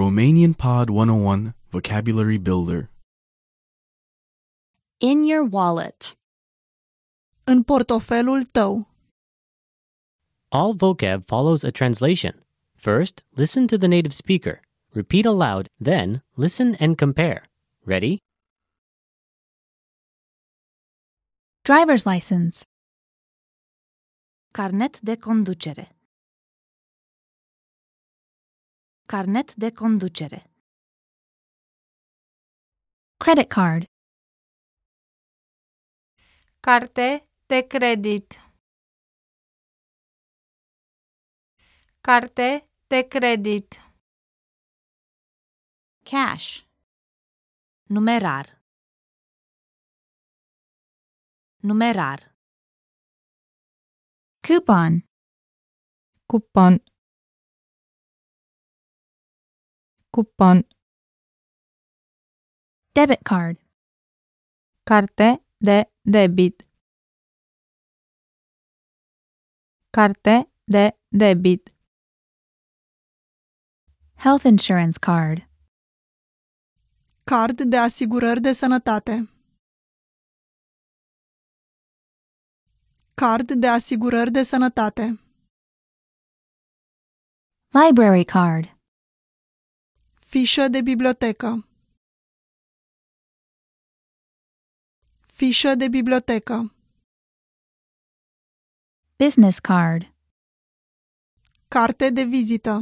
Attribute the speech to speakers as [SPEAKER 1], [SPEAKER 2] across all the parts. [SPEAKER 1] Romanian Pod 101 Vocabulary Builder.
[SPEAKER 2] In your wallet.
[SPEAKER 3] În portofelul tău.
[SPEAKER 4] All vocab follows a translation. First, listen to the native speaker. Repeat aloud, then, listen and compare. Ready?
[SPEAKER 5] Driver's license.
[SPEAKER 2] Carnet de conducere. Carnet de conducere.
[SPEAKER 5] Credit card.
[SPEAKER 6] Carte de credit. Carte de credit.
[SPEAKER 2] Cash. Numerar. Numerar.
[SPEAKER 5] Coupon.
[SPEAKER 6] Cupon. Cupon.
[SPEAKER 5] Debit card.
[SPEAKER 6] Carte de debit. Carte de debit.
[SPEAKER 5] Health insurance card.
[SPEAKER 3] Card de asigurări de sănătate. Card de asigurări de sănătate.
[SPEAKER 5] Library card.
[SPEAKER 3] Fișă de bibliotecă. Fișă de bibliotecă.
[SPEAKER 5] Business card.
[SPEAKER 3] Carte de vizită.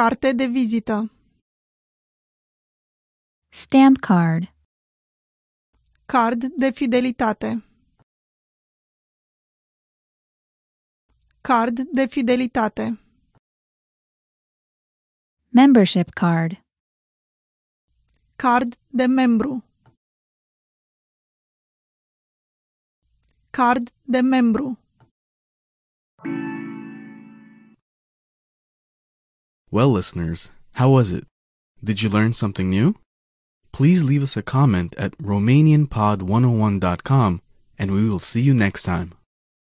[SPEAKER 3] Carte de vizită.
[SPEAKER 5] Stamp card.
[SPEAKER 3] Card de fidelitate. Card de fidelitate.
[SPEAKER 5] Membership card.
[SPEAKER 3] Card de membru. Card de membru.
[SPEAKER 1] Well, listeners, how was it? Did you learn something new? Please oh leave us a comment at RomanianPod101.com and we will see you next time.